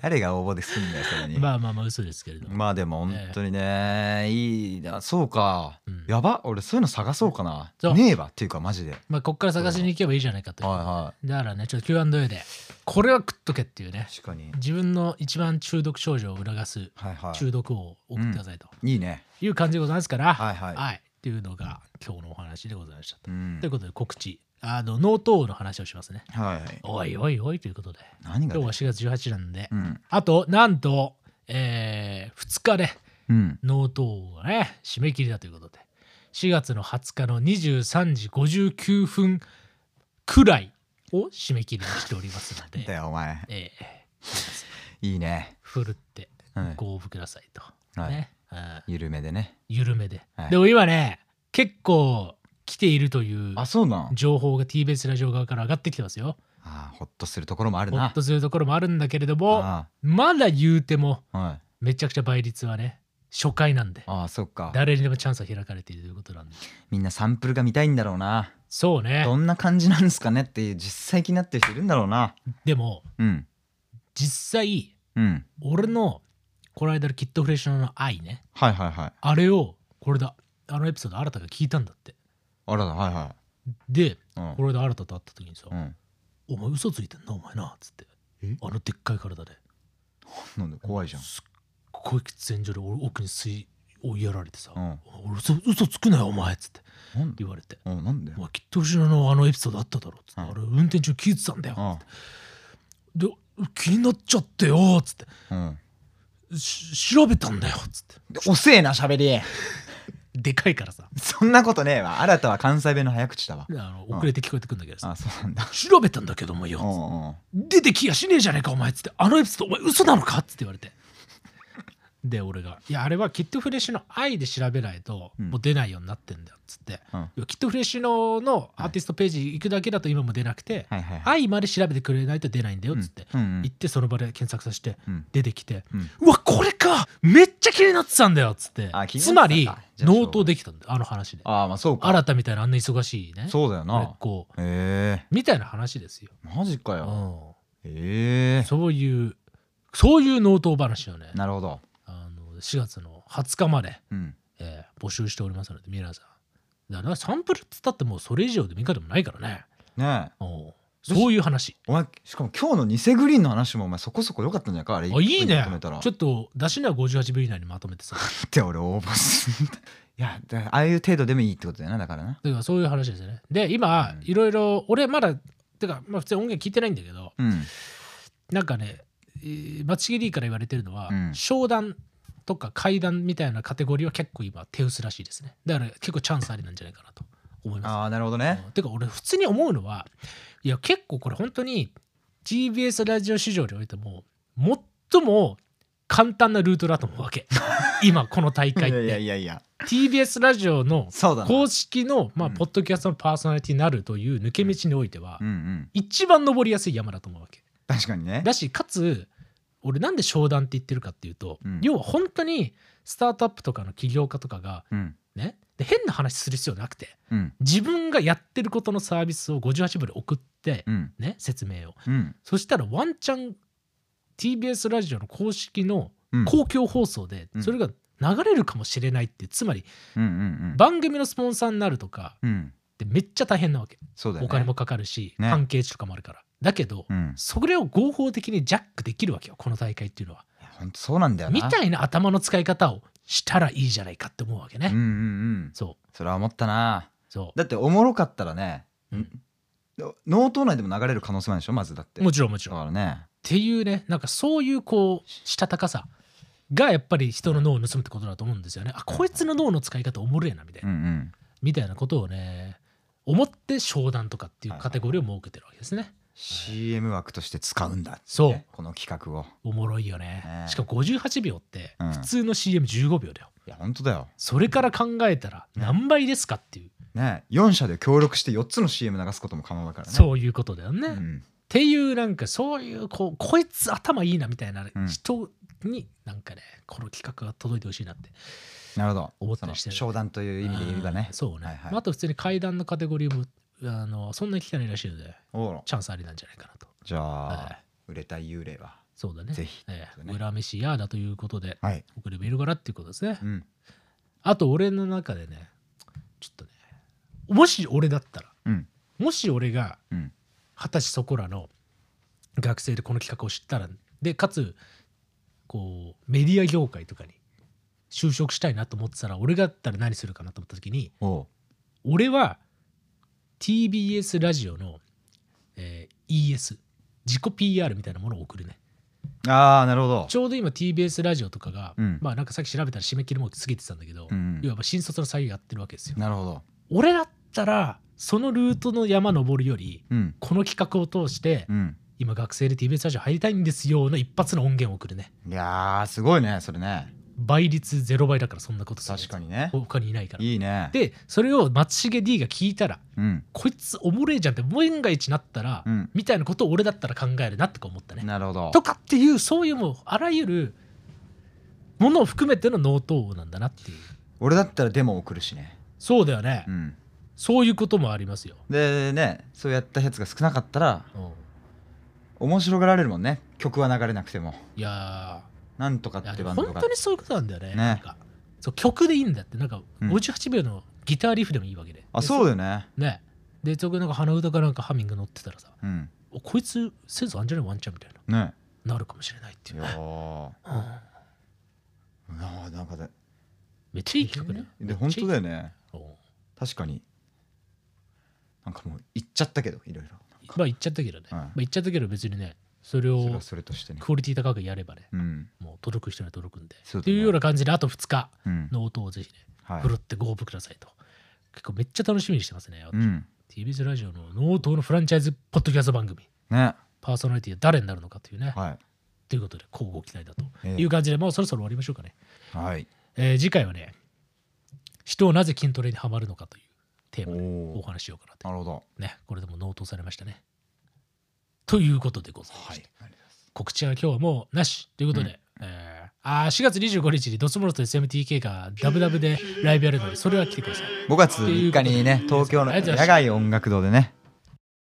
S2: 誰が応募ですんだよそれに
S1: まあまあまあ嘘ですけれども、
S2: まあでも本当にね、いいなそうか、
S1: うん
S2: やば俺そういうの探そうかな
S1: そう
S2: ねえわっていうかマジではい
S1: まあ、こっから探しに行けばいいじゃないかという
S2: は
S1: だからねちょっと Q&A でこれは食っとけっていうね
S2: い確かに
S1: 自分の一番中毒症状を促す
S2: はいは
S1: 中毒を送ってくださいと
S2: いいいね
S1: いう感じでございますから、
S2: はいはい
S1: っていうのが今日のお話でございましたと。
S2: うん
S1: ということで告知あのノート王の話をしますね。
S2: はいはい
S1: おいおいおいということで
S2: 何が
S1: 今日は4月18なんで、
S2: うん
S1: あとなんと、え2日で
S2: うん
S1: ノート王がね締め切りだということで4月の20日の23時59分くらいを締め切りにしておりますの
S2: だ
S1: で、
S2: よお前
S1: えー、
S2: いいね
S1: ふるって
S2: はい
S1: ご応募くださいと。
S2: はい
S1: ねうん
S2: 緩めでね
S1: 緩めで、
S2: はい
S1: でも今ね結構来ているという
S2: あそうなん
S1: 情報が TBS ラジオ側から上がってきてますよ
S2: あーほっとするところもある
S1: ほ
S2: な
S1: っとするところもあるんだけれども
S2: あ
S1: まだ言うても
S2: ーはい
S1: めちゃくちゃ倍率はね初回なんで
S2: あーそっか
S1: 誰にでもチャンスは開かれているということなんで
S2: みんなサンプルが見たいんだろうな
S1: そうね
S2: どんな感じなんですかねっていう実際気になってる人いるんだろうな
S1: でも
S2: うん
S1: 実際
S2: うん
S1: 俺のこの間のキットフレッシュの愛ね
S2: はいはいはい
S1: あれをこれだあのエピソード新たが聞いたんだって
S2: あらだはいは
S1: で
S2: いうん
S1: この間新たと会った時にさ「
S2: うん
S1: お前嘘ついてんなお前な」っつって
S2: え
S1: あのでっかい体で
S2: なんで怖いじゃん
S1: すっごい喫煙所で俺奥に吸い追いやられてさ「
S2: うん
S1: 俺嘘嘘つくなよお前」っつって
S2: なんで
S1: 言われて
S2: うんなんで
S1: 「お前きっと後ろのあのエピソードあっただろ」っつって「
S2: うん
S1: あれ運転中聞いてたんだよ」
S2: あ
S1: で気になっちゃってよ」っつって
S2: うん
S1: し調べたんだよ」っつって
S2: 遅えな喋り
S1: でかいからさ
S2: そんなことねえわ新たは関西弁の早口だわ
S1: あの遅れて聞こえてくんだけどさ
S2: あそうなんだ
S1: 「調べたんだけどもよ」
S2: う
S1: つって
S2: んうん
S1: 出てきやしねえじゃねえかお前っつってあのエピソードお前嘘なのかっつって言われてで俺が「いやあれはキットフレッシュの愛で調べないと
S2: うん
S1: もう出ないようになってんだよ」っつって、
S2: うん
S1: いやキットフレッシュののアーティストページ行くだけだと今も出なくて、
S2: はいはいい
S1: 愛まで調べてくれないと出ないんだよっつって、
S2: うんうん
S1: 行ってその場で検索させて
S2: うん
S1: 出てきて、
S2: うん
S1: うわこれかめっちゃ気になってたんだよっつって
S2: あ気に
S1: つ
S2: な
S1: ま
S2: ってたんだ
S1: り
S2: じゃあしょうがない
S1: 納刀できたんだよあの話で
S2: あまあそうか
S1: 新たみたいなあんな忙しいね
S2: そうだよ
S1: 売れっ
S2: な
S1: 子
S2: え
S1: みたいな話ですよ、
S2: えマジかよ
S1: うん
S2: ええ
S1: そういう、そういう納刀話をね、
S2: なるほど
S1: あの4月の20日まで、
S2: うん
S1: えー募集しておりますので、皆さん。だからサンプルっつったってもうそれ以上で見かでもないからね。
S2: ねえ
S1: おうそういう話
S2: お前しかも今日の偽グリーンの話もお前そこそこ良かったんじゃないかあれ
S1: あいい
S2: 一分に
S1: ね
S2: まとめたら
S1: ちょ
S2: っ
S1: っと出しな58秒以内にまとめてさだ
S2: て俺応募するんだいやだからああいう程度でもいいってことだよなだからな
S1: からそういう話ですよねで今
S2: うん
S1: いろいろ俺まだてかまあ普通に音源聞いてないんだけど
S2: うん
S1: なんかねえー松重 D から言われてるのは、
S2: うん
S1: 商談とか会談みたいなカテゴリーは結構今手薄らしいですねだから結構チャンスありなんじゃないかなと思います
S2: ああなるほどね
S1: てか俺普通に思うのはいや結構これ本当に TBS ラジオ市場においても最も簡単なルートだと思うわ け今この大
S2: い
S1: 会っ
S2: やいや
S1: て
S2: いやいや
S1: TBS ラジオの
S2: そうだな
S1: 公式の、まあ、
S2: うん
S1: ポッドキャストのパーソナリティになるという抜け道においては、
S2: うんうん
S1: 一番登りやすい山だと思うわけ
S2: 確かにね
S1: だしかつ俺なんで商談って言ってるかっていうと、
S2: うん
S1: 要は本当にスタートアップとかの起業家とかが
S2: うん
S1: ねで変な話する必要なくて
S2: うん
S1: 自分がやってることのサービスを58部で送って
S2: う、ん
S1: ね、説明を
S2: うん
S1: そしたらワンチャン TBS ラジオの公式の
S2: うん
S1: 公共放送で
S2: うん
S1: それが流れるかもしれないってつまり
S2: うんうん
S1: 番組のスポンサーになるとか
S2: うんうん
S1: ってめっちゃ大変なわけ
S2: そうだよね
S1: お金もかかるし
S2: ね
S1: 関係値とかもあるからだけど
S2: うん
S1: それを合法的にジャックできるわけよこの大会っていうのは
S2: 本当そうなんだよな
S1: みたいな頭の使い方をしたらいいじゃないかって思うわけ
S2: うん
S1: ね
S2: うんうん
S1: そう
S2: それは思ったな
S1: そ
S2: だっておもろかったらね
S1: うん
S2: 脳頭内でも流れる可能性もあるでしょまずだって
S1: うもちろんもちろん
S2: だからね
S1: っていうねなんかそういうこうしたたかさがやっぱり人の脳を盗むってことだと思うんですよねあこいつの脳の使い方おもろいなみたいな、
S2: うんうん
S1: みたいなことをね思って商談とかっていうカテゴリーを設けてるわけですね、
S2: CM 枠として使うんだってね
S1: そう
S2: この企画を
S1: おもろいよね
S2: ね
S1: しかも58秒って
S2: うん
S1: 普通の CM15 秒だよ
S2: いや本当だよ
S1: それから考えたら何倍ですかっていう、
S2: ね4社で協力して4つの CM 流すことも可能だからね
S1: そういうことだよね、
S2: う
S1: っ
S2: ん
S1: ていうなんかそういうこうこいつ頭いいなみたいな
S2: うん
S1: 人になんかねこの企画が届いてほしいなって
S2: なるほど
S1: 思った
S2: その
S1: りしてる
S2: 商談という意味で言えばね
S1: あーそうね、
S2: はいはい
S1: まああと普通に階段のカテゴリーもあのそんなに聞かないらしいので
S2: おう
S1: チャンスありなんじゃないかなと
S2: じゃ
S1: は
S2: あ
S1: い
S2: 売れたい幽霊は
S1: そうだね
S2: ぜひ
S1: ええ
S2: ね
S1: 裏飯やだということで
S2: はい
S1: 送ればいるからっていうことですね、
S2: うん
S1: あと俺の中でねちょっとねもし俺だったら
S2: うん
S1: もし俺が
S2: うん
S1: 二十歳そこらの学生でこの企画を知ったらでかつこうメディア業界とかに就職したいなと思ってたら俺がだったら何するかなと思った時に
S2: おう
S1: 俺は TBS ラジオの、えー ES 自己 PR みたいなものを送るね
S2: ああなるほど
S1: ちょうど今 TBS ラジオとかが、
S2: うん
S1: まあなんかさっき調べたら締め切りも過ぎてたんだけど、
S2: うん
S1: いわば新卒の採用やってるわけですよ、
S2: なるほど
S1: 俺だったらそのルートの山登るより
S2: うん
S1: この企画を通して、
S2: うん
S1: 今学生で TBS ラジオ入りたいんですよの一発の音源を送るね
S2: いやーすごいねそれね
S1: 倍率0倍だからそんなことするやつ
S2: 確かにね
S1: 他にいないから
S2: いいね
S1: でそれを松重 D が聞いたら
S2: うん
S1: こいつおもれえじゃんって万が一なったら、
S2: うん
S1: みたいなことを俺だったら考えるなとか思ったね。
S2: なるほど
S1: とかっていうそういうもうあらゆるものを含めての脳統合なんだなっていう
S2: 俺だったらデモ送るしね
S1: そうだよね、
S2: うん
S1: そういうこともありますよ。
S2: でねそうやったやつが少なかったら
S1: うん
S2: 面白がられるもんね曲は流れなくても
S1: いや
S2: なんとかっ
S1: ーいや
S2: て
S1: で
S2: バ
S1: も
S2: ンド
S1: 本
S2: が
S1: 当にそういうことなんだよね。
S2: ね
S1: なんかそう曲でいいんだってなんか
S2: うん
S1: 58秒のギターリフでもいいわけで。
S2: あそう
S1: だ
S2: だよね
S1: ね。でそこになんか鼻歌かなんかハミング乗ってたらさ
S2: うん
S1: おこいつセンスあんじゃねえワンチャンみたいな
S2: ね
S1: なるかもしれないってい。
S2: いう
S1: うん
S2: やーうわーなんかで
S1: めっちゃいい企画ね。
S2: で本当だよね
S1: うん
S2: 確かになんかもう言っちゃったけどいろいろ
S1: まあ言っちゃったけどね、
S2: うん
S1: まあ言っちゃったけど別にねそれ
S2: それ
S1: を
S2: はそれとしてね
S1: クオリティ高くやればね
S2: うん
S1: もう届く人には届くんで、
S2: そうだね
S1: っていうような感じであと2日
S2: うん
S1: の音をぜひね
S2: はい
S1: ふるってご応募くださいと結構めっちゃ楽しみにしてますね、
S2: うん
S1: TBS ラジオのノートのフランチャイズポッドキャスト番組
S2: ね
S1: パーソナリティが誰になるのかというね、
S2: は
S1: ということで交互期待だと
S2: ええ
S1: いう感じでもうそろそろ終わりましょうかね、
S2: いはい
S1: えー次回はね人をなぜ筋トレにはまるのかというテー
S2: お
S1: マで
S2: お
S1: お
S2: ー
S1: 話ししようかなと
S2: なるほど
S1: ねこれでも納刀されましたねということでございました、告知は今日はもうなしということで、えーあー4月25日にドスモロスと SMTK がダブダブでライブやるのでそれは来てください
S2: 5月3日にね東京の野外音楽堂でね